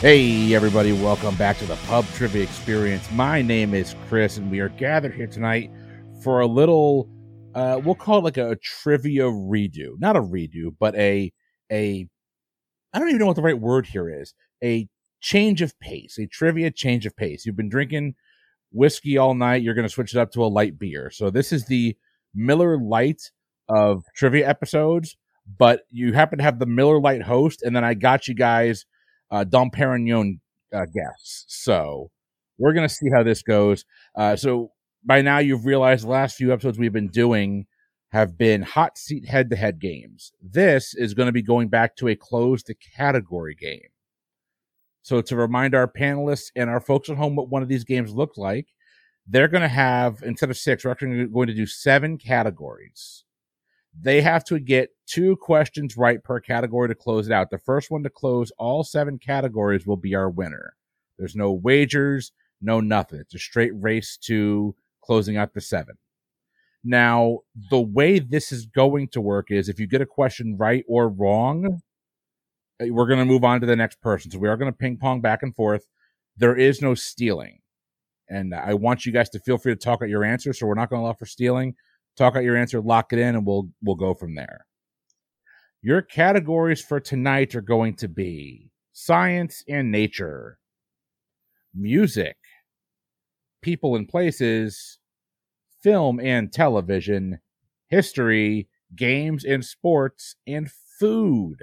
Hey, everybody, welcome back to the Pub Trivia Experience. My name is Chris, and we are gathered here tonight for a little, uh, we'll call it like a, trivia redo. Not a redo, but a, a, I don't even know what the right word here is. A change of pace, a trivia change of pace. You've been drinking whiskey all night. You're going to switch it up to a light beer. So this is the Miller Light of trivia episodes, but you happen to have the Miller Light host, and then I got you guys uh, Dom Perignon uh, guests. So we're going to see how this goes. Uh, so by now, you've realized the last few episodes we've been doing have been hot seat head to head games. This is going to be going back to a close the category game. So to remind our panelists and our folks at home what one of these games looks like, they're going to have, instead of six, we're actually going to do seven categories they have to get two questions right per category to close it out. The first one to close all seven categories will be our winner. There's no wagers, no nothing. It's a straight race to closing out the seven. Now, the way this is going to work is if you get a question right or wrong, eh, we're going to move on to the next person. So we are going to ping pong back and forth. There is no stealing. And I want you guys to feel free to talk out your answer. So we're not going to allow for stealing talk out your answer, lock it in, and we'll we'll go from there. Your categories for tonight are going to be science and nature, music, people and places, film and television, history, games and sports, and food.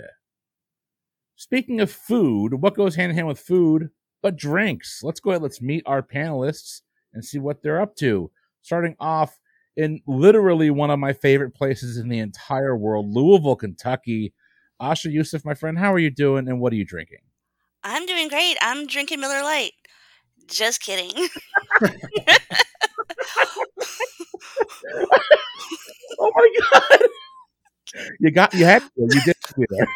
Speaking of food, what goes hand in hand with food but drinks? Let's go ahead, let's meet our panelists and see what they're up to. Starting off in literally one of my favorite places in the entire world, Louisville, Kentucky. Asha Yusuf, my friend, how are you doing and what are you drinking? I'm doing great. I'm drinking Miller Lite. Just kidding. oh my god. You got you had to. You did do that.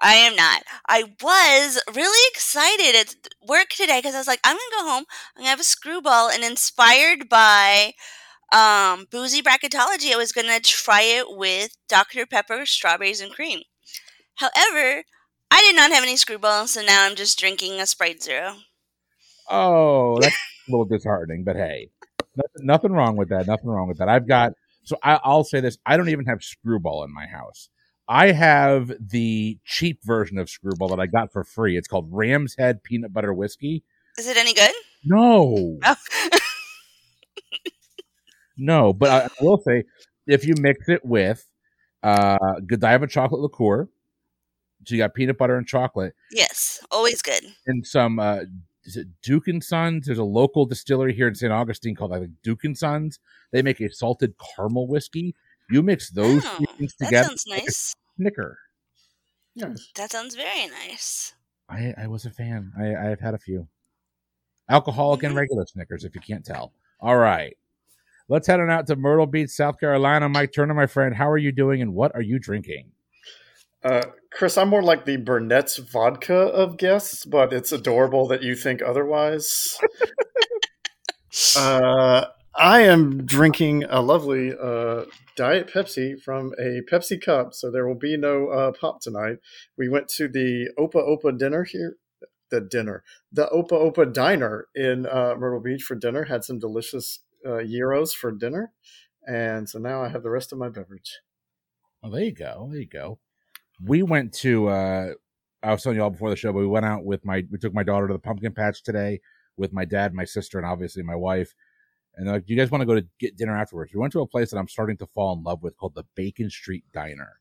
I am not. I was really excited at work today because I was like, I'm gonna go home. I'm gonna have a screwball, and inspired by um, boozy bracketology, I was gonna try it with Dr Pepper, strawberries, and cream. However, I did not have any screwballs, so now I'm just drinking a Sprite Zero. Oh, that's a little disheartening, but hey. Nothing, nothing wrong with that. Nothing wrong with that. I've got so I, I'll say this: I don't even have screwball in my house. I have the cheap version of Screwball that I got for free. It's called Ram's Head Peanut Butter Whiskey. Is it any good? No, Oh. no. But I, I will say, if you mix it with uh, Godiva chocolate liqueur, so you got peanut butter and chocolate, yes, always good. and some uh, is it Duke and Sons? There's a local distillery here in St. Augustine called I think Duke and Sons. They make a salted caramel whiskey. You mix those Oh, two things That together, sounds nice. snicker. Yes. That sounds very nice. I, I was a fan. I, I've had a few. Alcoholic and Mhm. regular Snickers, if you can't tell. All right. Let's head on out to Myrtle Beach, South Carolina. Mike Turner, my friend, how are you doing and what are you drinking? Uh, Chris, I'm more like the Burnett's vodka of guests, but it's adorable that you think otherwise. uh, I am drinking a lovely uh, Diet Pepsi from a Pepsi cup, so there will be no uh, pop tonight. We went to the Opa Opa dinner here. The dinner, the Opa Opa diner in uh, Myrtle Beach for dinner, had some delicious uh, gyros for dinner, and so now I have the rest of my beverage. Oh, there you go. There you go. We went to uh I was telling you all before the show, but we went out with my we took my daughter to the pumpkin patch today with my dad, my sister, and obviously my wife. And they're like, Do you guys want to go to get dinner afterwards? We went to a place that I'm starting to fall in love with called the Bacon Street Diner.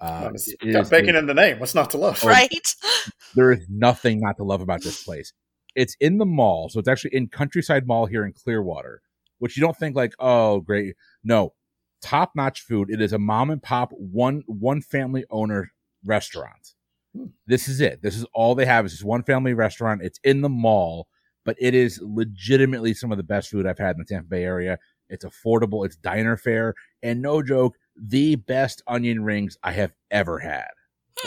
Uh, Nice. it Got is bacon in the name. What's not to love? Oh. Right? there is nothing not to love about this place. It's in the mall, so it's actually in Countryside Mall here in Clearwater, which you don't think like, oh, great. No, top notch food. It is a mom and pop one one family owner restaurant. This is it. This is all they have. Is this one family restaurant. It's in the mall, but it is legitimately some of the best food I've had in the Tampa Bay area. It's affordable. It's diner fare, and no joke, the best onion rings I have ever had.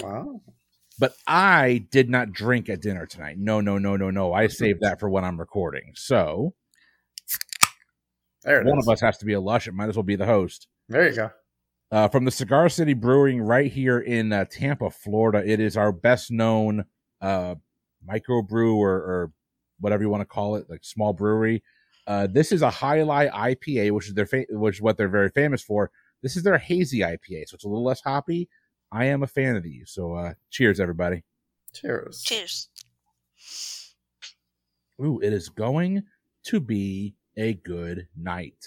Wow. But I did not drink at dinner tonight. No, no, no, no, no. I saved that for when I'm recording. So There it is. one of us has to be a lush. It might as well be the host. There you go. uh, from the Cigar City Brewing right here in uh, Tampa, Florida. It is our best known uh, microbrew or, or whatever you want to call it, like small brewery. Uh, this is a High Lie IPA, which is their fa- which is what they're very famous for. This is their hazy IPA, so it's a little less hoppy. I am a fan of these, so uh, cheers, everybody. Cheers. Cheers. Ooh, it is going to be a good night.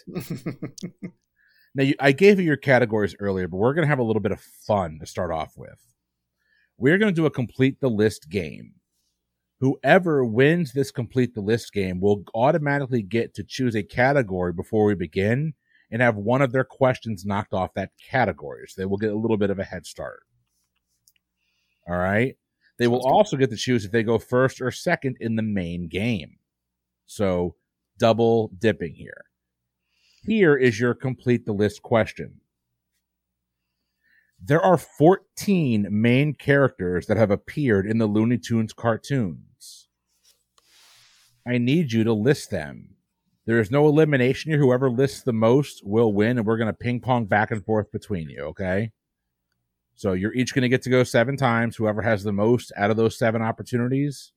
Now, you, I gave you your categories earlier, but we're going to have a little bit of fun to start off with. We're going to do a complete the list game. Whoever wins this complete the list game will automatically get to choose a category before we begin and have one of their questions knocked off that category. So they will get a little bit of a head start. All right. They will Sounds good. also get to choose if they go first or second in the main game. So double dipping here. Here is your complete the list question. There are 14 main characters that have appeared in the Looney Tunes cartoons. I need you to list them. There is no elimination here. Whoever lists the most will win, and we're going to ping pong back and forth between you, okay? So you're each going to get to go seven times. Whoever has the most out of those seven opportunities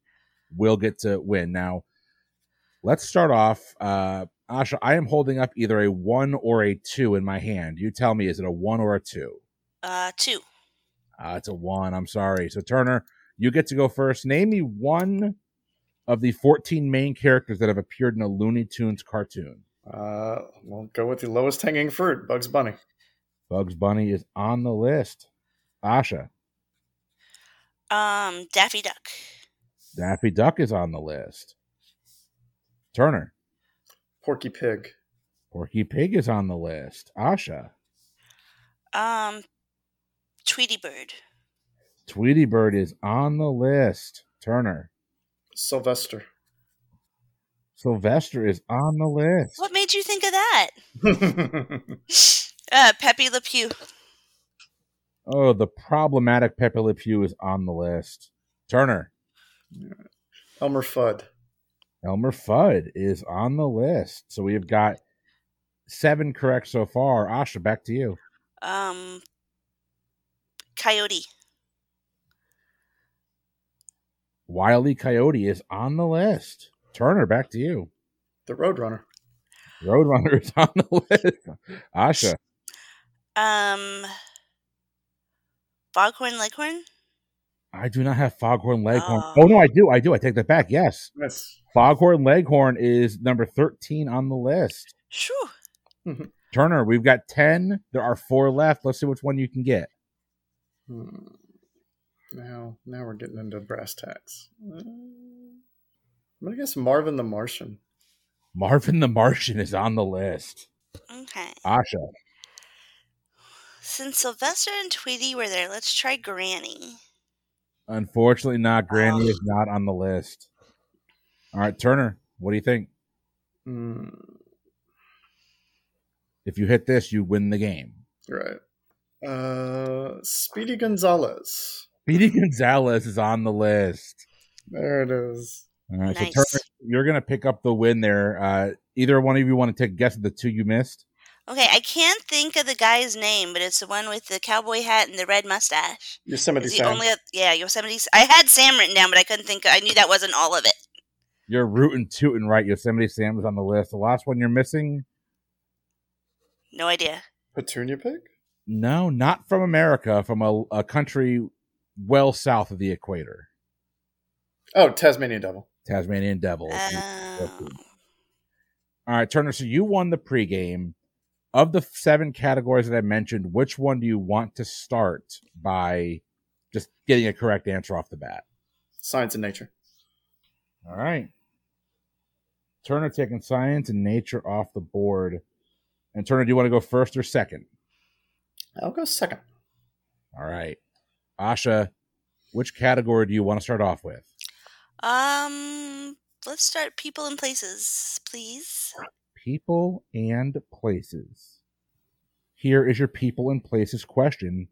will get to win. Now, let's start off. Uh, Asha, I am holding up either a one or a two in my hand. You tell me, is it a one or a two? Uh, two. Uh, it's a one. I'm sorry. So, Turner, you get to go first. Name me one of the 14 main characters that have appeared in a Looney Tunes cartoon. Uh, we'll go with the lowest hanging fruit, Bugs Bunny. Bugs Bunny is on the list. Asha, Um, Daffy Duck. Daffy Duck is on the list. Turner, Porky Pig. Porky Pig is on the list. Asha, Um, Tweety Bird. Tweety Bird is on the list. Turner, Sylvester. Sylvester is on the list. What made you think of that? That's Uh, Pepe Le Pew. Oh, the problematic Pepe Le Pew is on the list. Turner, Elmer Fudd. Elmer Fudd is on the list. So we have got seven correct so far. Asha, back to you. Um, Coyote. Wiley Coyote is on the list. Turner, back to you. The Roadrunner. Roadrunner is on the list. Asha, Um, Foghorn Leghorn. I do not have Foghorn Leghorn. Oh. Oh, no, I do. I do. I take that back. Yes. Yes. Foghorn Leghorn is number 13 on the list. Shoo. Turner, we've got 10. There are four left. Let's see which one you can get. Hmm. Now, now we're getting into brass tacks. Uh, I'm gonna guess Marvin the Martian. Marvin the Martian is on the list. Okay. Asha, Since Sylvester and Tweety were there, let's try Granny. unfortunately, not. Granny Oh. is not on the list. All right, Turner, what do you think? Hmm. If you hit this, you win the game. Right. Uh, Speedy Gonzalez. Speedy Gonzalez is on the list. There it is. All right, nice. so Turner, you're going to pick up the win there. Uh, either one of you want to take a guess at the two you missed? Okay, I can't think of the guy's name, but it's the one with the cowboy hat and the red mustache. Yosemite Is he Sam. only? A, yeah, Yosemite. S- I had Sam written down, but I couldn't think. I knew that wasn't all of it. You're rooting, tooting, right? Yosemite Sam is on the list. The last one you're missing? No idea. Petunia Pig. No, not from America, from a, a country well south of the equator. Oh, Tasmanian Devil. Tasmanian Devil. is on Oh. All right, Turner. So you won the pregame. Of the seven categories that I mentioned, which one do you want to start by just getting a correct answer off the bat? Science and Nature. All right. Turner taking science and nature off the board. And Turner, do you want to go first or second? I'll go second. All right. Asha, which category do you want to start off with? Um, let's start people and places, please. people and places. Here is your people and places question.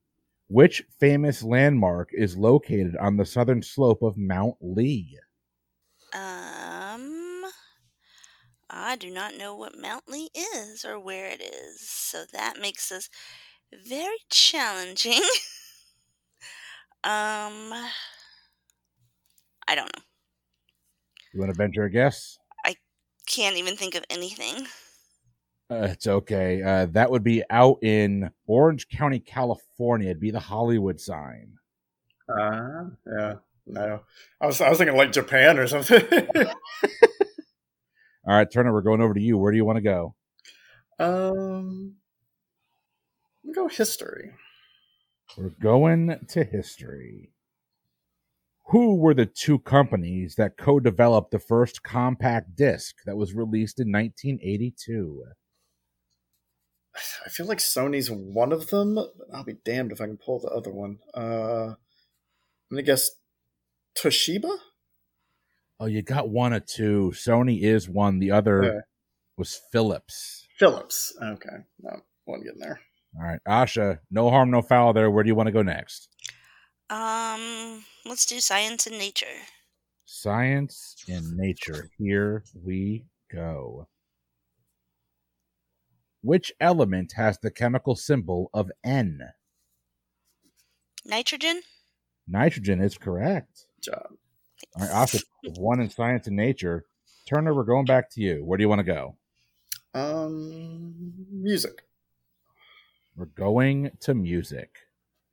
Which famous landmark is located on the southern slope of Mount Lee? Um, I do not know what Mount Lee is or where it is, so that makes us very challenging. um, I don't know. You want to venture a guess? Can't even think of anything. Uh, it's okay. Uh, that would be out in Orange County, California. It'd be the Hollywood sign. Uh, yeah. No. I was, I was thinking like Japan or something. All right, Turner, we're going over to you. Where do you want to go? um, we'll go history. We're going to history. Who were the two companies that co developed the first compact disc that was released in 1982? I feel like Sony's one of them. But I'll be damned if I can pull the other one. Uh, I'm gonna guess Toshiba. Oh, you got one or two. Sony is one, the other Yeah. was Philips. Phillips. Okay, no, one getting there. All right, Asha, no harm, no foul there. Where do you want to go next? Um, let's do science and nature. Science and nature. Here we go. Which element has the chemical symbol of N? Nitrogen. Nitrogen is correct. Good job. All right, Asha, one in science and nature. Turner, we're going back to you. Where do you want to go? Um, music. We're going to music.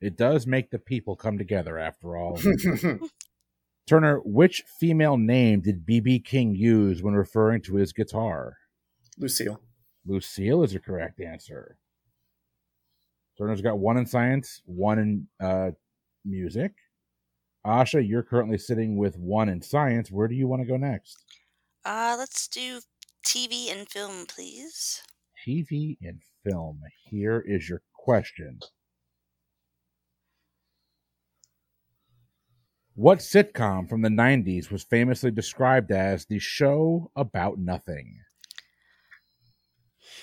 It does make the people come together after all. Turner, which female name did BB King use when referring to his guitar? Lucille. Lucille is the correct answer. Turner's got one in science, one in uh, music. Asha, you're currently sitting with one in science. Where do you want to go next? Uh, let's do TV and film, please. TV and film. Here is your question. What sitcom from the 90s was famously described as the show about nothing?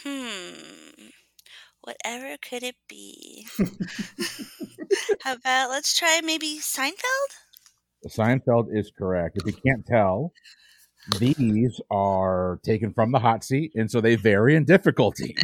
Hmm. Whatever could it be? How about let's try maybe Seinfeld? Seinfeld is correct. If you can't tell, these are taken from the hot seat, and so they vary in difficulty.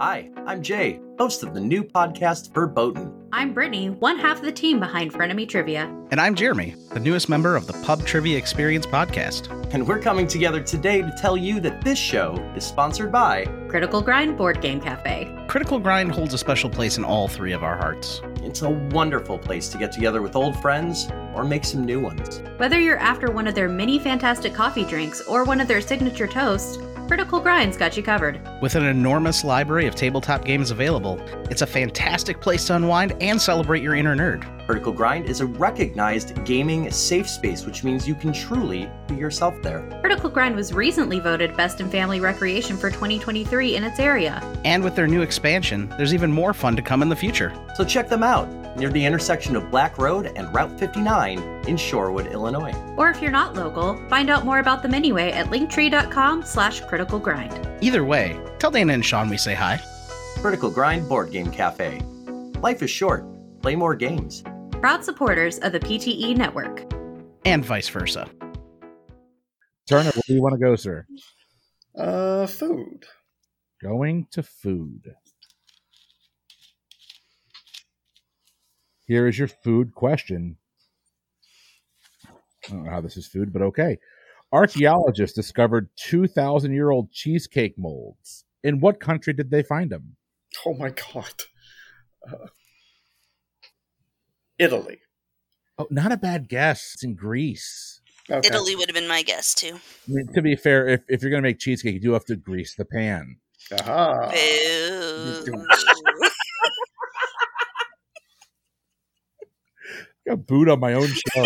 Hi, I'm Jay, host of the new podcast Verboten. I'm Brittany, one half of the team behind Frenemy Trivia. And I'm Jeremy, the newest member of the Pub Trivia Experience podcast. And we're coming together today to tell you that this show is sponsored by Critical Grind Board Game Cafe. Critical Grind holds a special place in all three of our hearts. It's a wonderful place to get together with old friends or make some new ones. Whether you're after one of their many fantastic coffee drinks or one of their signature toasts, Critical Grind's got you covered. With an enormous library of tabletop games available, it's a fantastic place to unwind and celebrate your inner nerd. Vertical Grind is a recognized gaming safe space, which means you can truly be yourself there. Critical Grind was recently voted Best in Family Recreation for 2023 in its area. And with their new expansion, there's even more fun to come in the future. So check them out near the intersection of Black Road and Route 59 in Shorewood, Illinois. Or if you're not local, find out more about them anyway at linktree.com slash critical grind. Either way, tell Dana and Sean we say hi. Vertical Grind Board Game Cafe. Life is short. Play more games. Proud supporters of the PTE Network. And vice versa. Turner, where do you want to go, sir? uh, food. Going to food. Here is your food question. I don't know how this is food, but okay. Archaeologists discovered 2,000 year old cheesecake molds. In what country did they find them? Oh my god. Uh, Italy. Oh, not a bad guess. It's in Greece. Okay. Italy would have been my guess too. I mean, to be fair, if, if you're going to make cheesecake, you do have to grease the pan. Aha. Boo. I got booed on my own show.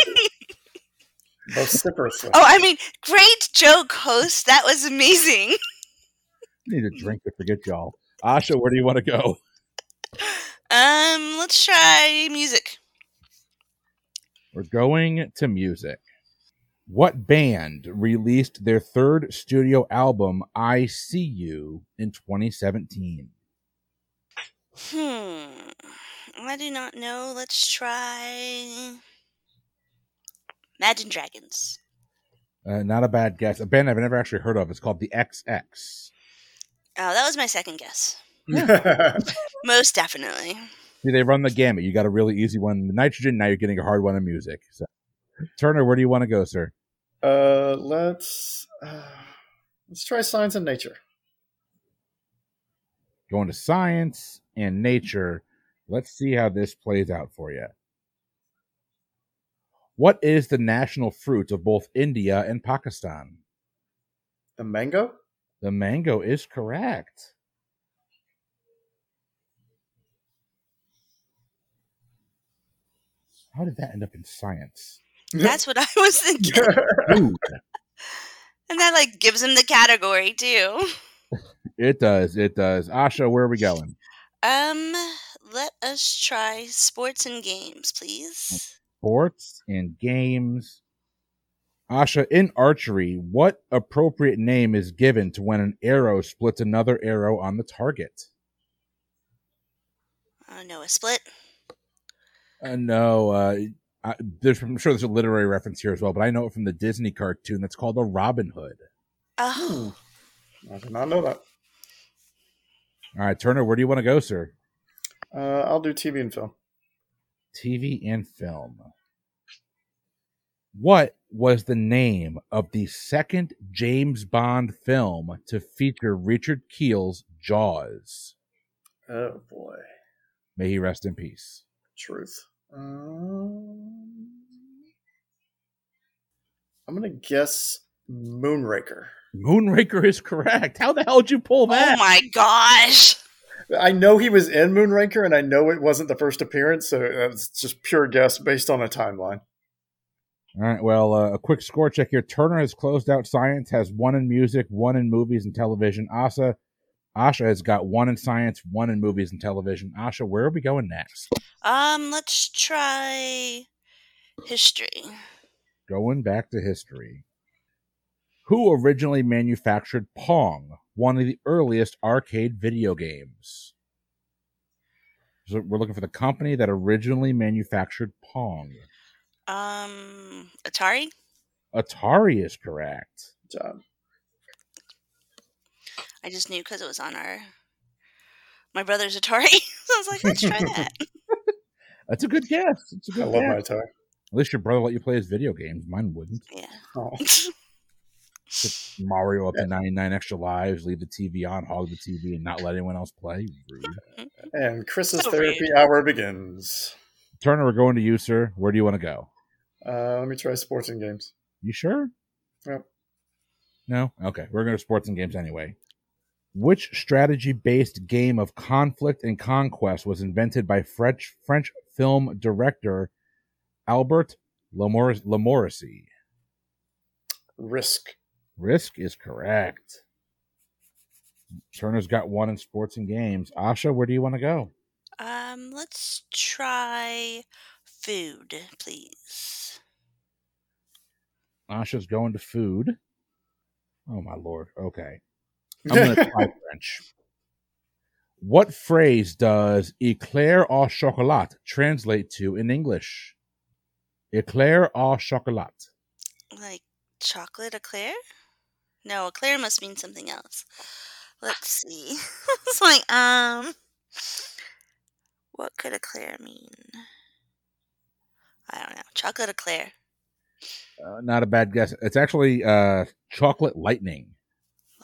Vociferously. oh, I mean, great joke, host. That was amazing. I need a drink to forget y'all. Asha, where do you want to go? Um, let's try music. We're going to music. What band released their third studio album, I See You, in 2017? Hmm. I do not know. Let's try Imagine Dragons. Uh, not a bad guess. A band I've never actually heard of. It's called The XX. Oh, that was my second guess. Most definitely. See, they run the gamut. You got a really easy one in nitrogen. Now you're getting a hard one in music. So, Turner, where do you want to go, sir? uh, let's uh, let's try science and nature. Going to science and nature. Let's see how this plays out for you. What is the national fruit of both India and Pakistan? The mango. The mango is correct. How did that end up in science? That's what I was thinking. Ooh, And that like gives him the category too. it does. It does. Asha, where are we going? Um, let us try sports and games, please. sports and games. Asha, in archery, what appropriate name is given to when an arrow splits another arrow on the target? Oh no, a split. Uh, no, uh, I, there's, I'm sure there's a literary reference here as well, but I know it from the Disney cartoon that's called a Robin Hood. Oh, I did not know that. All right, Turner, where do you want to go, sir? Uh, I'll do TV and film. TV and film. What was the name of the second James Bond film to feature Richard Keel's Jaws? Oh boy, May he rest in peace. truth. Um, I'm gonna guess Moonraker. Moonraker is correct. How the hell did you pull oh that? my gosh! I know he was in Moonraker, and I know it wasn't the first appearance, so that's just pure guess based on a timeline. All right. Well, uh, a quick score check here. Turner has closed out science, has one in music, one in movies and television. Asa, Asha has got one in science, one in movies and television. Asha, where are we going next? Um, let's try history. Going back to history. Who originally manufactured Pong, one of the earliest arcade video games? So we're looking for the company that originally manufactured Pong. Um, Atari. Atari is correct. Good job. I just knew because it was on our my brother's Atari. so I was like, let's try that. That's a good guess. It's a I good love guess. my time. At least your brother let you play his video games. Mine wouldn't. yeah. Oh. Mario up to 99 extra lives, leave the TV on, hog the TV, and not let anyone else play. Rude. And Chris's So therapy rude. hour begins. Turner, we're going to you, sir. Where do you want to go? Uh, let me try sports and games. You sure? Yep. No? Okay. We're going to sports and games anyway. Which strategy based game of conflict and conquest was invented by French French film director Albert Lamor- Lamorisi? Risk. Risk is correct. Turner's got one in sports and games. Asha, where do you want to go? Um, let's try food, please. Asha's going to food. Oh my lord. Okay. I'm going to try French. What phrase does éclair au chocolat translate to in English? Éclair au chocolat. Like chocolate eclair? No, eclair must mean something else. Let's see. it's like, um, what could eclair mean? I don't know. Chocolate eclair. Uh, not a bad guess. It's actually uh, chocolate lightning.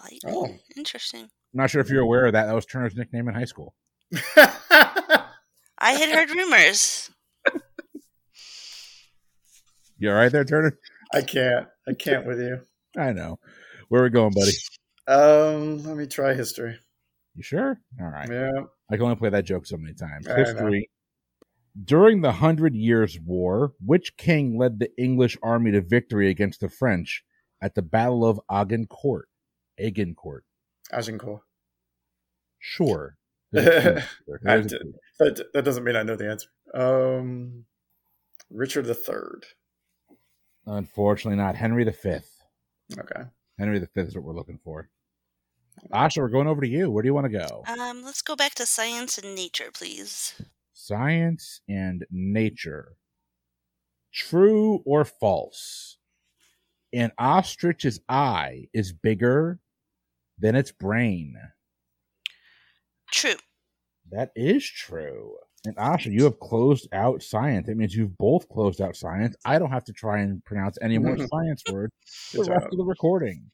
Like, Oh. interesting. I'm not sure if you're aware of that. That was Turner's nickname in high school. I had heard rumors. You all right there, Turner? I can't. I can't with you. I know. Where we going, buddy? Um, let me try history. You sure? All right. Yeah. I can only play that joke so many times. I know. History. During the Hundred Years' War, which king led the English army to victory against the French at the Battle of Agincourt? Agincourt. Agincourt. Sure. There's a king there. I There's a did. king. That, that doesn't mean I know the answer. Um, Richard the Third. Unfortunately, not Henry V. Okay. Henry V is what we're looking for. Asha, we're going over to you. Where do you want to go? Um, let's go back to science and nature, please. Science and nature. True or false? An ostrich's eye is bigger than its brain. True. That is true. And Asha, you have closed out science. That means you've both closed out science. I don't have to try and pronounce any more science words for Good the rest job. of the recording.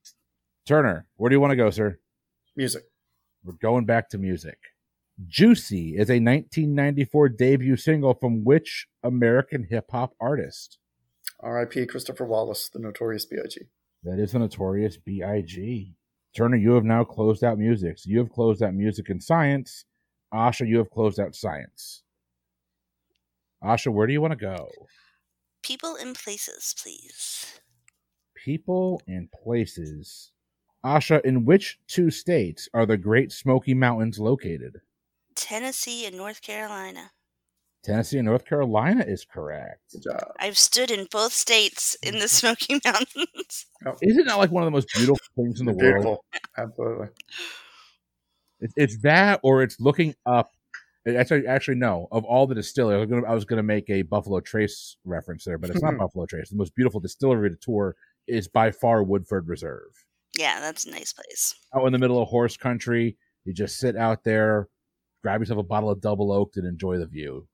Turner, where do you want to go, sir? Music. We're going back to music. Juicy is a 1994 debut single from which American hip hop artist? R.I.P. Christopher Wallace, the notorious B.I.G. That is the notorious B.I.G. Turner, you have now closed out music. So you have closed out music and science. Asha, you have closed out science. Asha, where do you want to go? People and places, please. People and places. Asha, in which two states are the Great Smoky Mountains located? Tennessee and North Carolina. Tennessee and North Carolina is correct. Good job. I've stood in both states in the Smoky Mountains. Is it not like one of the most beautiful things in the world? Beautiful. Absolutely. It's, it's that, or it's looking up. Actually, actually, no. Of all the distilleries, I was gonna- I was going to make a Buffalo Trace reference there, but it's not Buffalo Trace. The most beautiful distillery to tour is by far Woodford Reserve. yeah, that's a nice place. Out in the middle of horse country, you just sit out there, grab yourself a bottle of double oaked, and enjoy the view.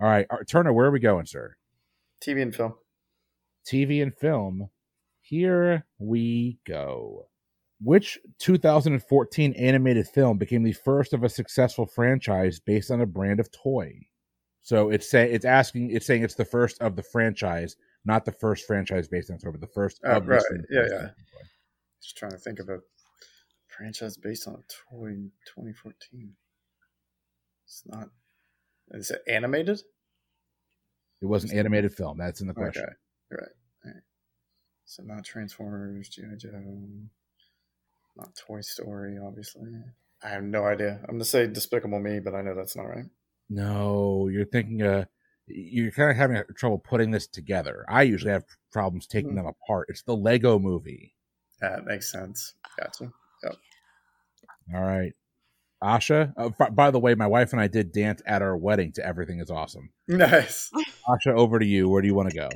All right, Ar- Turner, where are we going, sir? TV and film. TV and film. Here we go. Which 2014 animated film became the first of a successful franchise based on a brand of toy? So it's say it's asking it's saying it's the first of the franchise, not the first franchise based on toy, but the first Oh, of the right. same Yeah, franchise yeah. based on toy. Just trying to think of a franchise based on a toy in 2014. It's not. Is it animated? It was an animated film. That's in the question. Okay. Right. right. So not Transformers, G.I. Joe, not Toy Story, obviously. I have no idea. I'm gonna say Despicable Me, but I know that's not right. No, you're thinking uh you're kind of having trouble putting this together. I usually have problems taking Hmm. them apart. It's the Lego movie. That makes sense. Gotcha. All right. Asha, uh, b- by the way, my wife and I did dance at our wedding to Everything is Awesome. Nice. Asha, over to you. Where do you want to go?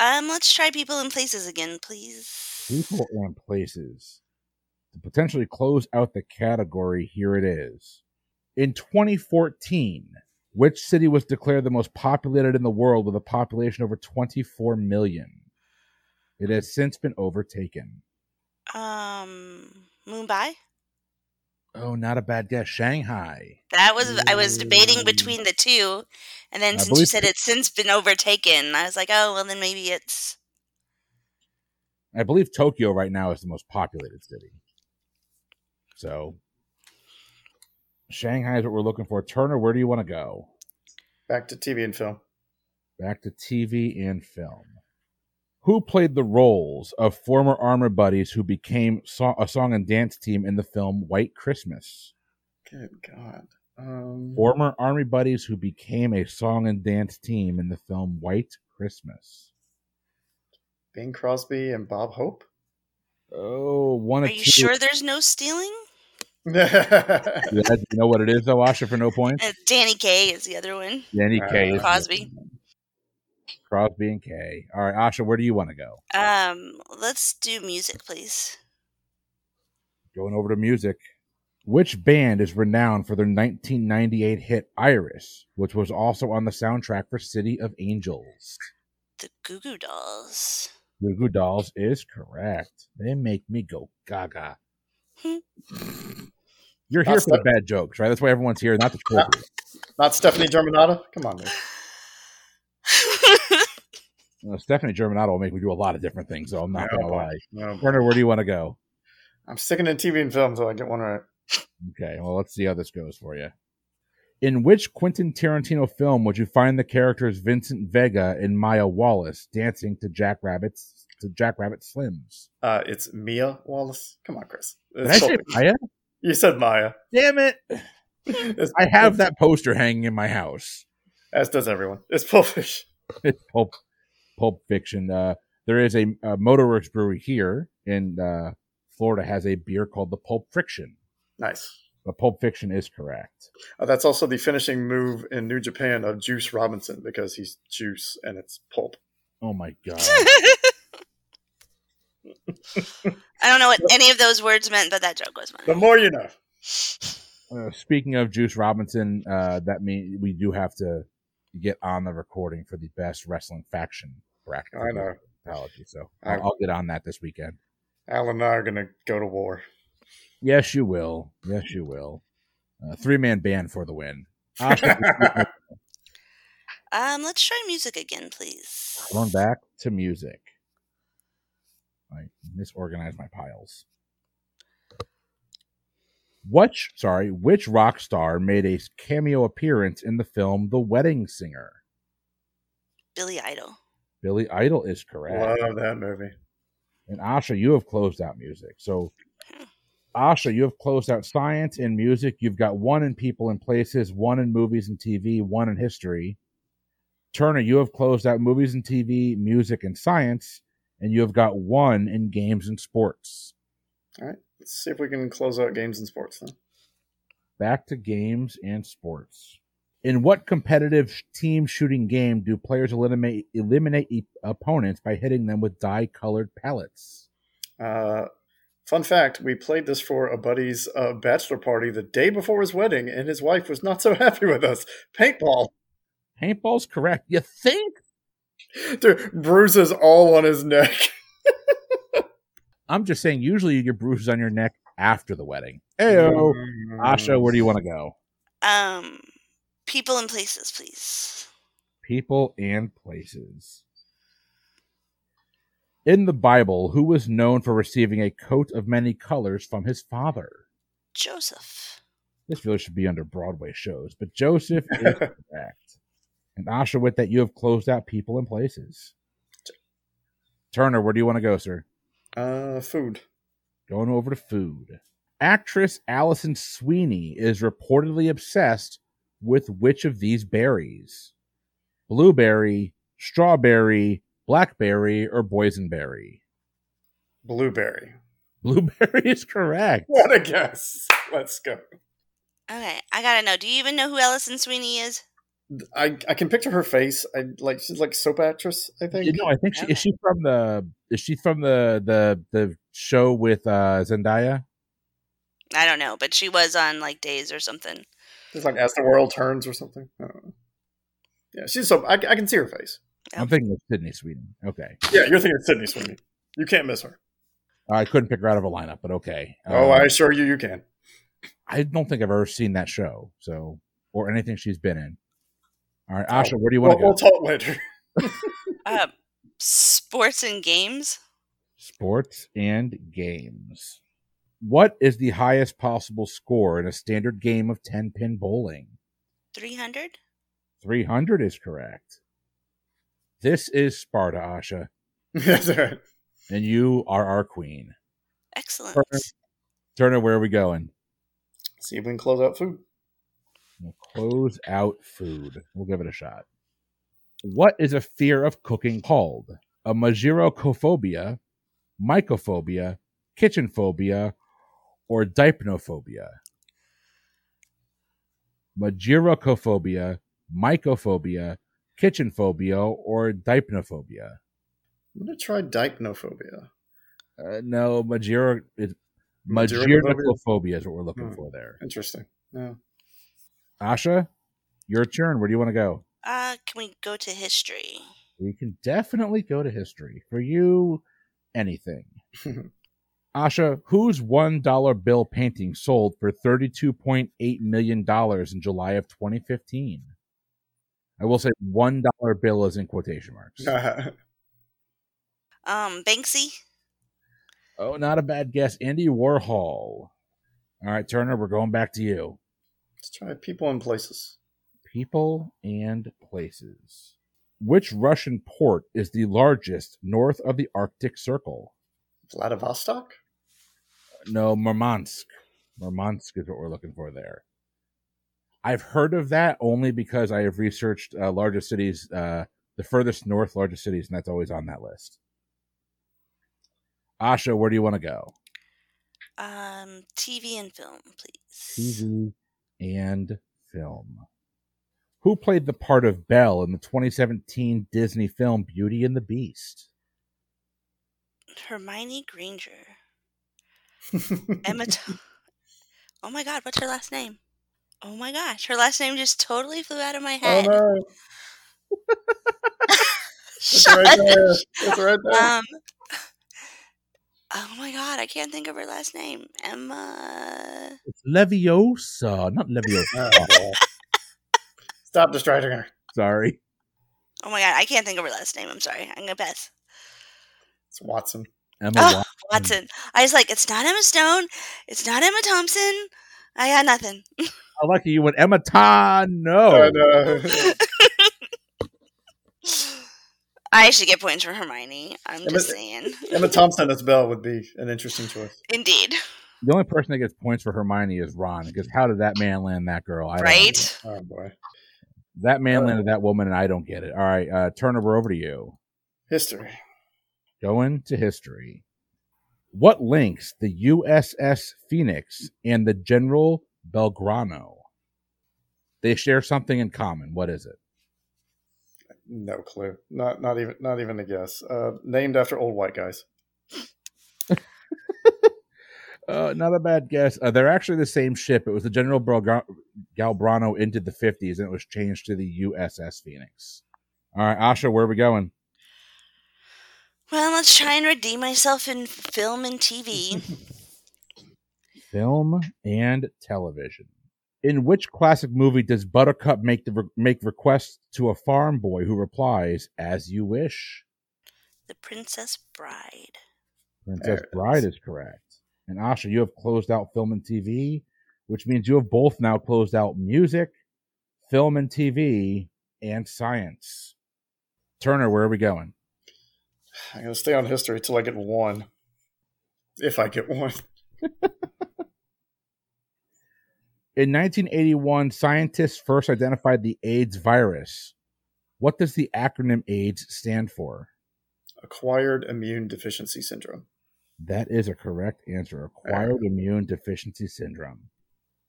Um, let's try people and places again, please. People and places. To potentially close out the category, here it is. In 2014, which city was declared the most populated in the world with a population over 24 million? It has since been overtaken. Um, Mumbai. Oh, not a bad guess. Shanghai. That was I was debating Mmm. Ooh. between the two, and then I since you believe- said it's since been overtaken, I was like, oh well, then maybe it's I believe Tokyo right now is the most populated city. So Shanghai is what we're looking for. Turner, where do you want to go? Back to TV and film. Back to TV and film. Who played the roles of former armor buddies who became so- a song and dance team in the film White Christmas? Good God. Mm-hmm. Um, Former army buddies who became a song and dance team in the film White Christmas. Bing Crosby and Bob Hope. Oh, one Are of you two- sure there's no stealing? Danny Yeah, you know what it is, though, Asha, for no points? Uh, Danny Kaye is the other one. Danny Kaye is Crosby. Crosby and K. All right, Asha, where do you want to go? Um, let's do music, please. Going over to music. Which band is renowned for their 1998 hit Iris, which was also on the soundtrack for City of Angels? The Goo Goo Dolls. Goo Goo Dolls is correct. They make me go gaga. You're here That's for the the- bad jokes, right? That's why everyone's here, not the children. Not Stephanie Germanata. Come on, man. Uh, Stephanie Germanato will make me do a lot of different things, so I'm not No. going to lie. No. Werner, where do you want to go? I'm sticking in TV and film until I get one right. Okay, well, let's see how this goes for you. In which Quentin Tarantino film would you find the characters Vincent Vega and Maya Wallace dancing to Jack Rabbit's to Jack Rabbit Slims? Uh, it's Mia Wallace. Come on, Chris. Did It's I say Sophie. Maya? You said Maya. Damn it! It's- I have that poster hanging in my house. As does everyone. It's Pulp Fiction. Pulp, Pulp Fiction. Uh, there is a, a Motorworks brewery here in uh, Florida has a beer called the Pulp Friction. Nice. But Pulp Fiction is correct. Uh, that's also the finishing move in New Japan of Juice Robinson because he's juice and it's pulp. Oh my god! I don't know what any of those words meant, but that joke was The mine. more you know. Uh, speaking of Juice Robinson, uh, that means we do have to get on the recording for the best wrestling faction bracket. I know. Apology, so I- I'll, I'll get on that this weekend. Al and I are going to go to war. Yes, you will. Yes, you will. Uh, Three man band for the win. Ah, Um, let's try music again, please. Going back to music. I misorganized my piles. Which, sorry, which rock star made a cameo appearance in the film The Wedding Singer? Billy Idol. Billy Idol is correct. Love that movie. And Asha, you have closed out music. So, Asha, you have closed out science and music. You've got one in people and places, one in movies and TV, one in history. Turner, you have closed out movies and TV, music and science, and you have got one in games and sports. Let's see if we can close out games and sports then. Back to games and sports. In what competitive sh- team shooting game do players eliminate eliminate e- opponents by hitting them with dye-colored pellets? Uh, fun fact we played this for a buddy's uh, bachelor party the day before his wedding, and his wife was not so happy with us. Paintball. Paintball's correct. You think? Dude, bruises all on his neck. I'm just saying. Usually, you get bruises on your neck after the wedding. Heyo, Asha, where do you want to go? Um, people and places, please. People and places. In the Bible, who was known for receiving a coat of many colors from his father? Joseph. This really should be under Broadway shows, but Joseph is correct. And Asha, with that, you have closed out people and places. Turner, where do you want to go, sir? Uh, food. Going over to food. Actress Allison Sweeney is reportedly obsessed with which of these berries? Blueberry, strawberry, blackberry, or boysenberry? Blueberry. Blueberry is correct. What a guess. Let's go. Okay, I gotta know. Do you even know who Allison Sweeney is? I, I can picture her face. I like she's like soap actress, I think. You know, I think she is she from the is she from the the the show with uh Zendaya? I don't know, but she was on like Days or something. It's like as the world turns or something. I don't know. Yeah, she's so I, I can see her face. I'm thinking of Sydney Sweden. Okay, Yeah, you're thinking Sydney Sweeney. You can't miss her. I couldn't pick her out of a lineup, but okay. oh, Um, I assure you, you can. I don't think I've ever seen that show, so or anything she's been in. All right, Asha, where do you want Oh, We'll, to go? we'll talk later. Uh, sports and games. Sports and games. What is the highest possible score in a standard game of ten pin bowling? Three hundred. Three hundred is correct. This is Sparta, Asha, That's all right. and you are our queen. Excellent. Perfect. Turner, where are we going? See if we can close out food. We'll close out food. We'll give it a shot. What is a fear of cooking called? A megirocophobia, mycophobia, kitchen phobia, or dipnophobia? Megirocophobia, mycophobia, kitchen phobia, or dipnophobia? I'm gonna try dipnophobia. Uh, no, magiro, it's megirocophobia is what we're looking Hmm. for there. Interesting. Yeah. Asha, your turn. Where do you want to go? Uh, can we go to history? We can definitely go to history. For you, anything. Asha, whose $1 bill painting sold for $32.8 million in July of 2015? I will say $1 bill is in quotation marks. Um, Banksy. Oh, not a bad guess. Andy Warhol. All right, Turner, we're going back to you. Let's try people and places. People and places. Which Russian port is the largest north of the Arctic Circle? Vladivostok? No, Murmansk. Murmansk is what we're looking for there. I've heard of that only because I have researched uh, largest cities, uh, the furthest north largest cities, and that's always on that list. Asha, where do you want to go? Um, TV and film, please. TV and film. Who played the part of Belle in the 2017 Disney film Beauty and the Beast? Hermione Granger. Emma. Th- Oh my god, what's her last name? Oh my gosh, her last name just totally flew out of my Oh head. no, it's Shut right there. It's right there. Um. Oh my god, I can't think of her last name. Emma. It's Leviosa, not Leviosa. Oh, well. Stop distracting her. Sorry. Oh my god, I can't think of her last name. I'm sorry. I'm gonna pass. It's Watson. Emma Oh, Watson. Watson. I was like, it's not Emma Stone. It's not Emma Thompson. I got nothing. I like you went Emma Ta. Oh No. no. I should get points for Hermione. I'm Emma- just saying. Emma Thompson as Belle would be an interesting choice. Indeed. The only person that gets points for Hermione is Ron because how did that man land that girl? I don't know. Right? Oh boy. That man landed that woman, and I don't get it. All right, uh, Turner, we're over to you. History. Going to history. What links the USS Phoenix and the General Belgrano? They share something in common. What is it? No clue. Not not even not even a guess. Uh, named after old white guys. Uh, not a bad guess. Uh, they're actually the same ship. It was the General Belgra- Galbrano into the 50s, and it was changed to the USS Phoenix. All right, Asha, where are we going? Well, let's try and redeem myself in film and TV. Film and television. In which classic movie does Buttercup make the re- make requests to a farm boy who replies, "As you wish"? the Princess Bride. Princess There it Bride is. is correct. And Asha, you have closed out film and TV, which means you have both now closed out music, film and TV, and science. Turner, where are we going? I'm gonna stay on history till I get one. If I get one. In 1981, scientists first identified the AIDS virus. What does the acronym AIDS stand for? Acquired immune deficiency syndrome. That is a correct answer. Acquired Alright. immune deficiency syndrome.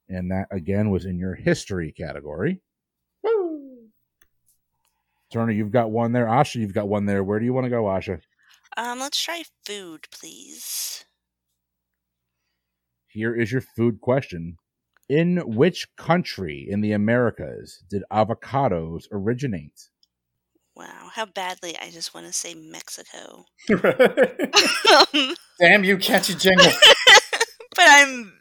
And that again was in your history category. Woo! Turner, you've got one there. Asha, you've got one there. Where do you want to go, Asha? Um, let's try food, please. Here is your food question. In which country in the Americas did avocados originate? Wow, how badly I just want to say Mexico. Um, Damn you, catchy jingle. but I'm.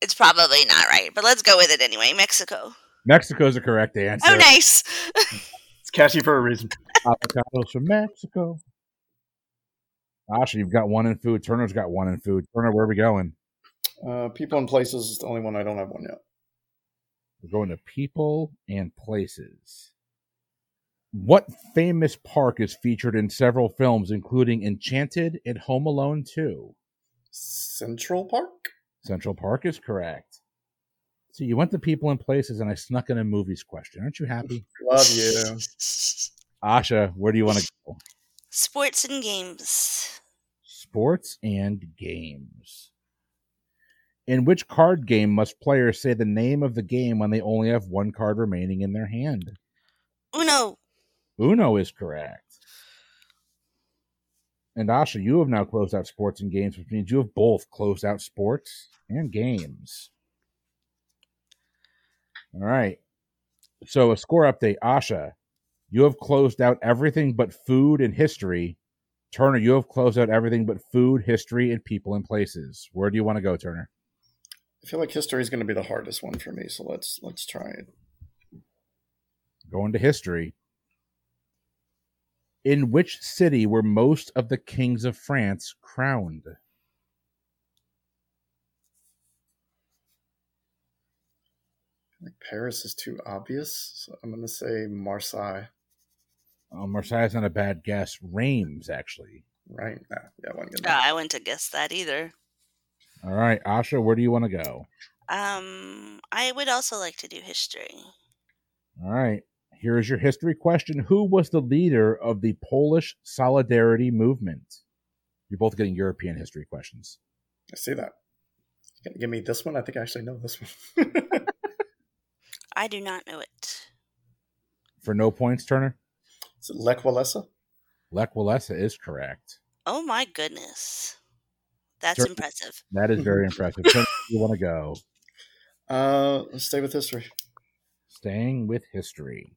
It's probably not right, but let's go with it anyway. Mexico. Mexico is the correct answer. Oh, nice. it's catchy for a reason. Avocados from Mexico. Asha, you've got one in food. Turner's got one in food. Turner, where are we going? Uh, people and places is the only one I don't have one yet. We're going to people and places. What famous park is featured in several films, including Enchanted and Home Alone 2? Central Park. Central Park is correct. So you went to people and places, and I snuck in a movies question. Aren't you happy? Love you. Asha, where do you want to go? Sports and games. Sports and games. In which card game must players say the name of the game when they only have one card remaining in their hand? Uno. Uno is correct. And Asha, you have now closed out sports and games, which means you have both closed out sports and games. All right. So a score update, Asha, you have closed out everything but food and history. Turner, you have closed out everything but food, history, and people and places. Where do you want to go, Turner? I feel like history is going to be the hardest one for me, so let's let's try it. Going to history. In which city were most of the kings of France crowned? Like Paris is too obvious, so I'm going to say Marseille. Um, Marseille's not a bad guess. Reims, actually. Right? Nah, yeah, one good. Ah, I wouldn't have guessed that either. All right, Asha, where do you want to go? Um, I would also like to do history. All right, here is your history question. Who was the leader of the Polish Solidarity Movement? You're both getting European history questions. I see that. Can you give me this one? I think I actually know this one. I do not know it. For no points, Turner, is it Lech Walesa? Lech Walesa is correct. Oh my goodness. That's Sure. impressive. That is very impressive. Turner, where do you want to go? Uh, let's stay with history. Staying with history.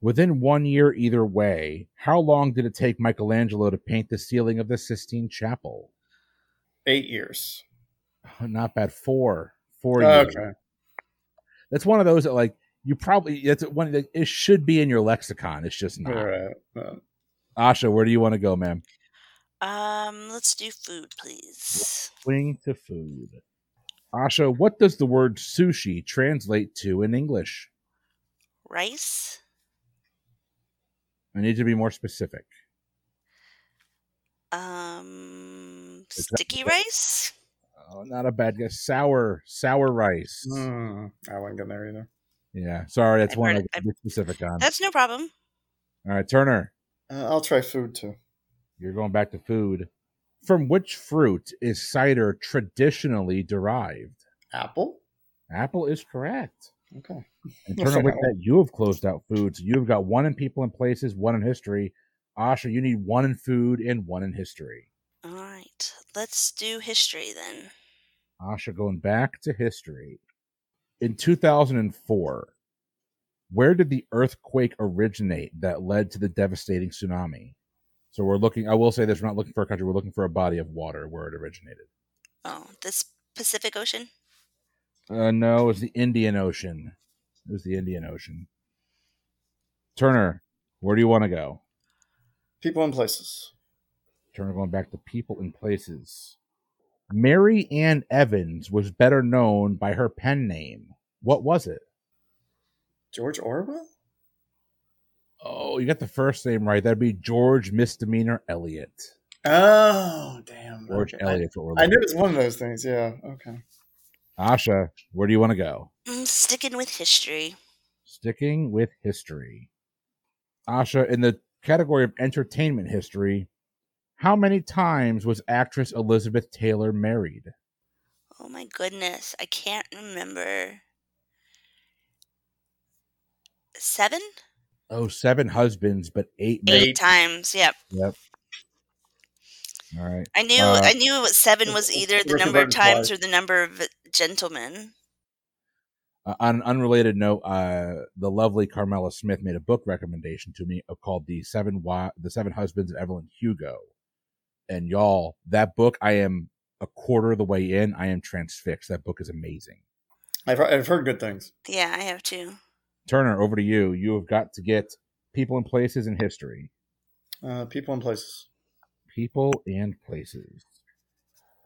Within one year, either way, how long did it take Michelangelo to paint the ceiling of the Sistine Chapel? Eight years. Not bad. Four. Four years. Okay. That's one of those that, like, you probably, that's one that it should be in your lexicon. It's just not. All right. Uh, Asha, where do you want to go, ma'am? Um, let's do food, please. Swing to food. Asha, what does the word sushi translate to in English? Rice. I need to be more specific. Um, Is that- sticky rice. Oh, not a bad guess. Sour, sour rice. hmm, I wouldn't go there either. Yeah, sorry, that's I've one heard I it. got to be specific on. That's no problem. All right, Turner, Uh, I'll try food too. you're going back to food. From which fruit is cider traditionally derived? Apple. Apple is correct. Okay. And Yes, Turner, I with know. that, you have closed out food. So you've got one in people and places, one in history. Asha, you need one in food and one in history. All right, let's do history then. Asha, going back to history. In 2004, where did the earthquake originate that led to the devastating tsunami? So we're looking, I will say this, we're not looking for a country, we're looking for a body of water where it originated. Oh, this Pacific Ocean. Uh, no, it was the Indian Ocean. It was the Indian Ocean. Turner, where do you want to go? People and places. Turner going back to people and places. Mary Ann Evans was better known by her pen name. What was it? George Orwell. Oh, you got the first name right. That'd be George Misdemeanor Elliot. Oh, damn. George Okay. Elliot's what we're I, I knew looking it was one of those things. Yeah. Okay. Asha, where do you want to go? Mm, sticking with history. Sticking with history. Asha, in the category of entertainment history, how many times was actress Elizabeth Taylor married? Oh my goodness, I can't remember. Seven? Oh, seven husbands, but eight Eight, married. times. Yep. All right. I knew Uh, I knew it- seven was either the Working number of backwards wise. times or the number of gentlemen. Uh, on an unrelated note, uh, the lovely Carmela Smith made a book recommendation to me of- called "The Seven Wi- The Seven Husbands of Evelyn Hugo," and y'all, that book I am a quarter of the way in. I am transfixed. That book is amazing. I've, he- I've heard good things. Yeah, I have two. Turner, over to you. You have got to get people and places in history, Uh, people and places. people and places.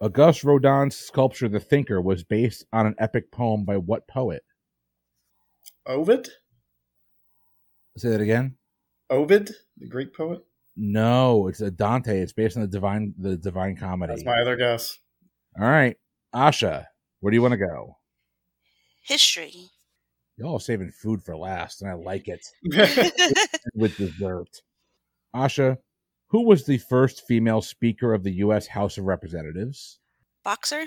Auguste Rodin's sculpture "The Thinker" was based on an epic poem by what poet? Ovid. Say that again. Ovid, the Greek poet. No, it's a Dante. It's based on the divine, the Divine Comedy. That's my other guess. All right. Asha, where do you want to go? History. Y'all are saving food for last, and I like it with dessert. Asha, who was the first female speaker of the U.S. House of Representatives? Boxer?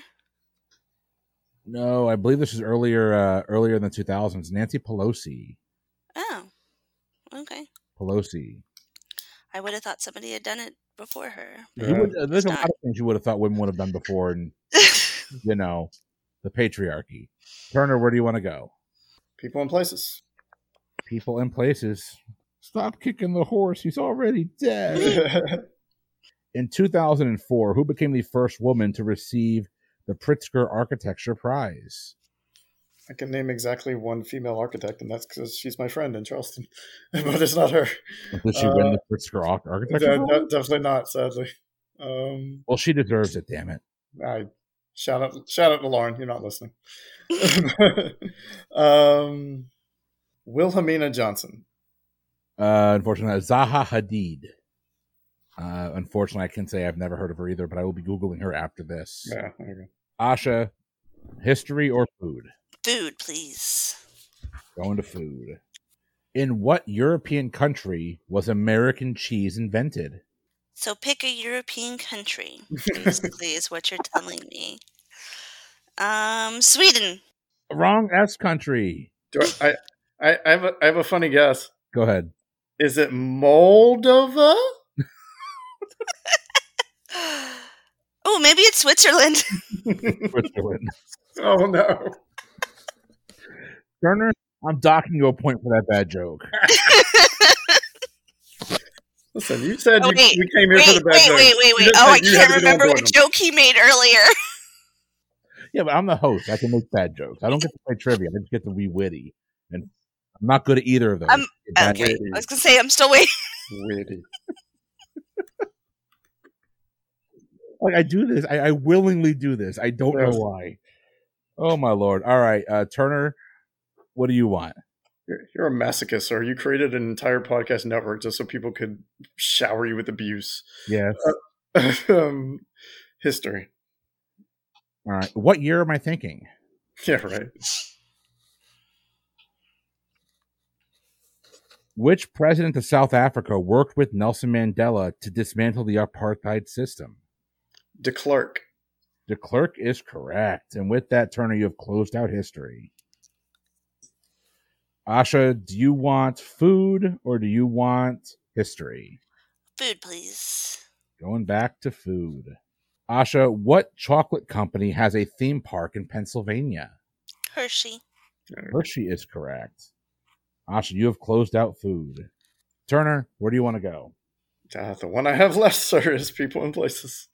No, I believe this was earlier, uh, earlier in the 2000s. Nancy Pelosi. Oh. Okay. Pelosi. I would have thought somebody had done it before her. You Yeah. would- uh, there's a Stop. lot of things you would have thought women would have done before, and you know, the patriarchy. Turner, where do you want to go? people and places. People and places. Stop kicking the horse. He's already dead. In 2004, who became the first woman to receive the Pritzker Architecture Prize? I can name exactly one female architect, and that's because she's my friend in Charleston. but it's not her. Did she win the Pritzker Ar- Uh, No, Architecture Prize? no, definitely not, sadly. Um, Well, she deserves it, damn it. I shout out, shout out to Lauren. You're not listening. um, Wilhelmina Johnson. Uh, unfortunately, Zaha Hadid. Uh, unfortunately, I can say I've never heard of her either, but I will be Googling her after this. Yeah, there you go. Asha, history or food? Food, please. Going to food. In what European country was American cheese invented? So pick a European country, basically, is what you're telling me. Um, Sweden. Wrong S country. Do I, I, I, I, have a, I have a funny guess. Go ahead. Is it Moldova? Oh, maybe it's Switzerland. Switzerland. Oh no! Turner, I'm docking you a point for that bad joke. Listen, you said Oh, you, wait, we came here wait, for wait, the bad wait, jokes. wait, You wait. just Oh, said I you had can't to go remember for what them. joke he made earlier. Yeah, but I'm the host. I can make bad jokes. I don't get to play trivia. I just get to be witty, and I'm not good at either of those. Um, Bad Okay, joke. I was gonna say I'm still waiting. Witty. Like I do this. I, I willingly do this. I don't know Yes. why. Oh my lord! All right, uh, Turner, what do you want? You're, you're a masochist, sir. You created an entire podcast network just so people could shower you with abuse. Yes. um, history. All right. What year am I thinking? Yeah, right. Which president of South Africa worked with Nelson Mandela to dismantle the apartheid system? De Klerk. The clerk is correct. And with that, Turner, you have closed out history. Asha, do you want food or do you want history? Food, please. Going back to food. Asha, what chocolate company has a theme park in Pennsylvania? Hershey. Hershey is correct. Asha, you have closed out food. Turner, where do you want to go? Uh, the one I have left, sir, is people and places.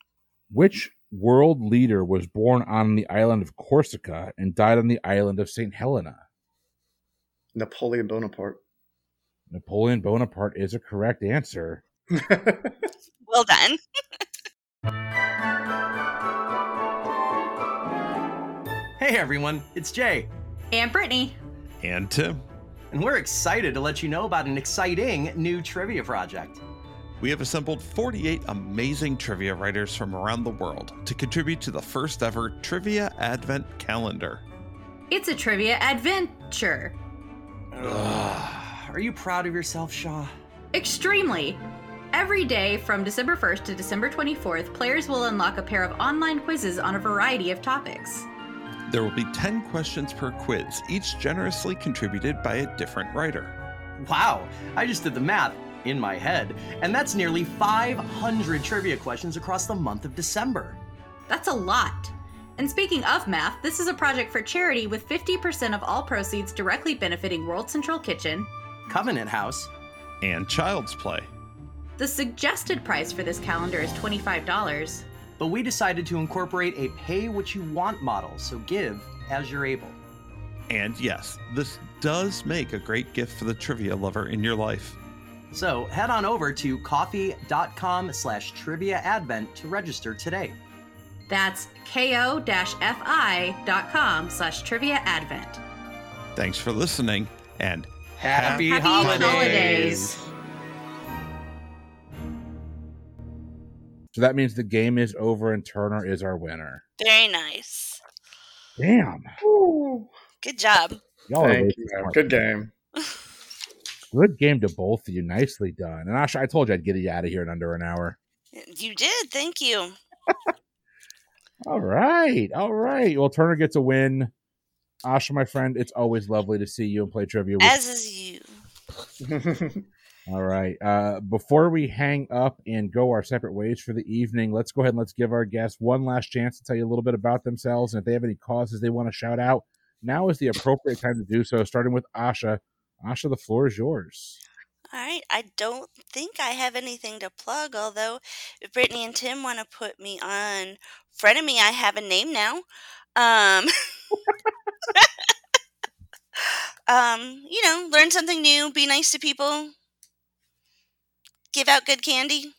Which world leader was born on the island of Corsica and died on the island of St. Helena? Napoleon Bonaparte. Napoleon Bonaparte is a correct answer. Well done. Hey everyone, it's Jay, And Brittany. And uh, Tim. and we're excited to let you know about an exciting new trivia project. We have assembled 48 amazing trivia writers from around the world to contribute to the first ever Trivia Advent Calendar. It's a trivia adventure. Ugh. Are you proud of yourself, Shaw? Extremely. Every day from December 1st to December 24th, players will unlock a pair of online quizzes on a variety of topics. There will be 10 questions per quiz, each generously contributed by a different writer. Wow, I just did the math in my head, and that's nearly 500 trivia questions across the month of December. That's a lot. And speaking of math, this is a project for charity with 50% of all proceeds directly benefiting World Central Kitchen. Covenant House, And Child's Play. The suggested price for this calendar is $25. but we decided to incorporate a pay what you want model, so give as you're able. And yes, this does make a great gift for the trivia lover in your life. So head on over to coffee.com slash trivia advent to register today. That's ko-fi.com slash trivia advent. Thanks for listening and Happy, Happy holidays. So that means the game is over and Turner is our winner. Very nice. Damn. Good job. Y'all are way Thank too you. man. smart. Good game. Good game to both of you. Nicely done. And Asha, I told you I'd get you out of here in under an hour. You did. Thank you. All right. All right. Well, Turner gets a win. Asha, my friend, it's always lovely to see you and play trivia with As is you. All right. Uh, before we hang up and go our separate ways for the evening, let's go ahead and let's give our guests one last chance to tell you a little bit about themselves. And if they have any causes they want to shout out, now is the appropriate time to do so, starting with Asha. Asha, the floor is yours. All right. I don't think I have anything to plug, although if Brittany and Tim want to put me on Frenemy, I have a name now. Um, um, you know, learn something new, be nice to people, give out good candy.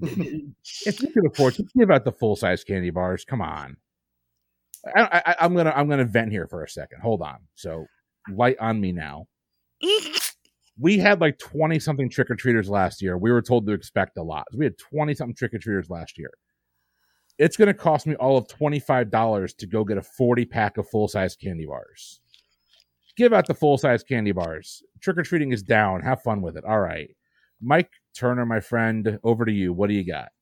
If you can afford to give out the full size candy bars, come on. I, I, I'm gonna I'm gonna vent here for a second. Hold on. So light on me now. we had like 20 something trick or treaters last year. We were told to expect a lot. We had 20 something trick or treaters last year. It's going to cost me all of $25 to go get a 40 pack of full size candy bars. Give out the full size candy bars. Trick or treating is down. Have fun with it. All right. Mike Turner, my friend, over to you. What do you got?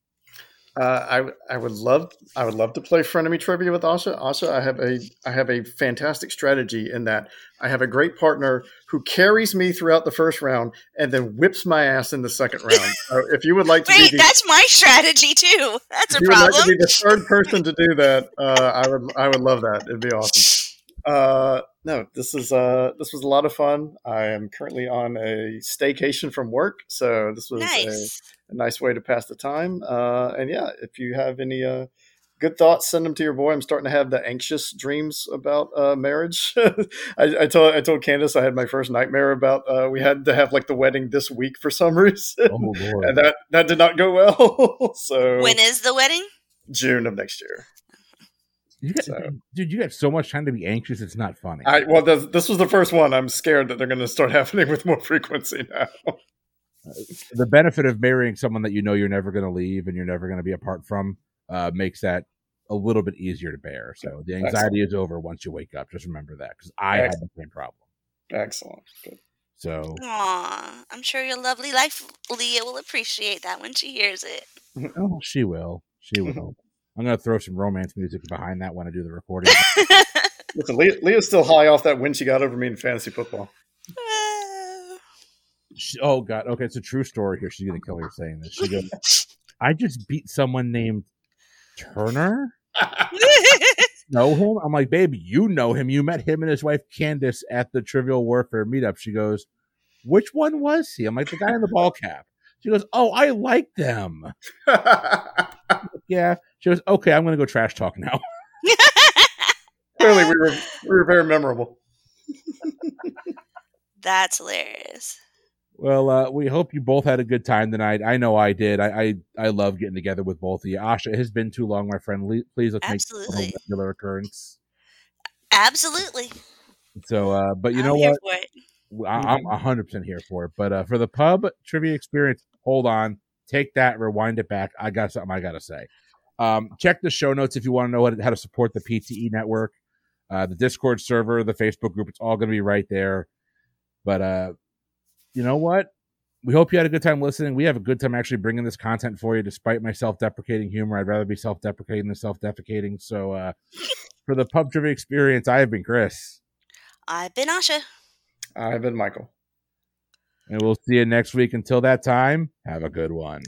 Uh, I I would love I would love to play frenemy trivia with Asha. Asha, I have a I have a fantastic strategy in that I have a great partner who carries me throughout the first round and then whips my ass in the second round. so if you would like to Wait, be the, that's my strategy too. That's if a you would like to problem. be the third person to do that, uh, I would I would love that. It'd be awesome. Uh, no, this is uh, this was a lot of fun. I am currently on a staycation from work, so this was a, Nice. a nice way to pass the time. Uh, and yeah, if you have any uh, good thoughts, send them to your boy. I'm starting to have the anxious dreams about uh, marriage. I, I told I told Candace I had my first nightmare about uh, we had to have like the wedding this week for some reason, Oh lord. and that that did not go well. so When is the wedding? June of next year. You got- So- Dude, you got so much time to be anxious. It's not funny. I, well, this, this was the first one. I'm scared that they're going to start happening with more frequency now. the benefit of marrying someone that you know you're never going to leave and you're never going to be apart from uh, makes that a little bit easier to bear. So the anxiety is over once you wake up. Just remember that because I had the same problem. Excellent. Good. So Aw, I'm sure your lovely life, Leah, will appreciate that when she hears it. oh, she will. She will. I'm going to throw some romance music behind that when I do the recording. Listen, Leah, Leah's still high off that win she got over me in fantasy football. She- oh God. Okay, it's a true story here. She's going to kill her saying this. She goes, "I just beat someone named Turner." know him? I'm like, babe, you know him. You met him and his wife Candace at the Trivial Warfare meetup. She goes, which one was he? I'm like, the guy in the ball cap. She goes, oh, I like them. Yeah. She goes, okay, I'm going to go trash talk now. Clearly, we were we were very memorable. That's hilarious. Well, uh, we hope you both had a good time tonight. I know I did. I I, I love getting together with both of you. Asha, it has been too long, my friend. Le- please let's make Absolutely. it a regular occurrence. Absolutely. So, uh, but you I'm know here what? For it. I, I'm 100% here for it. But uh, for the pub trivia experience, hold on, take that, rewind it back. I got something I got to say. Um, check the show notes if you want to know what, how to support the PTE network, uh, the Discord server, the Facebook group. It's all going to be right there. But uh, you know what? We hope you had a good time listening. We have a good time actually bringing this content for you, despite my self-deprecating humor. I'd rather be self-deprecating than self-defecating. So, uh, for the pub trivia experience, I have been Chris. I've been Asha. I've been Michael. And we'll see you next week. Until that time, have a good one.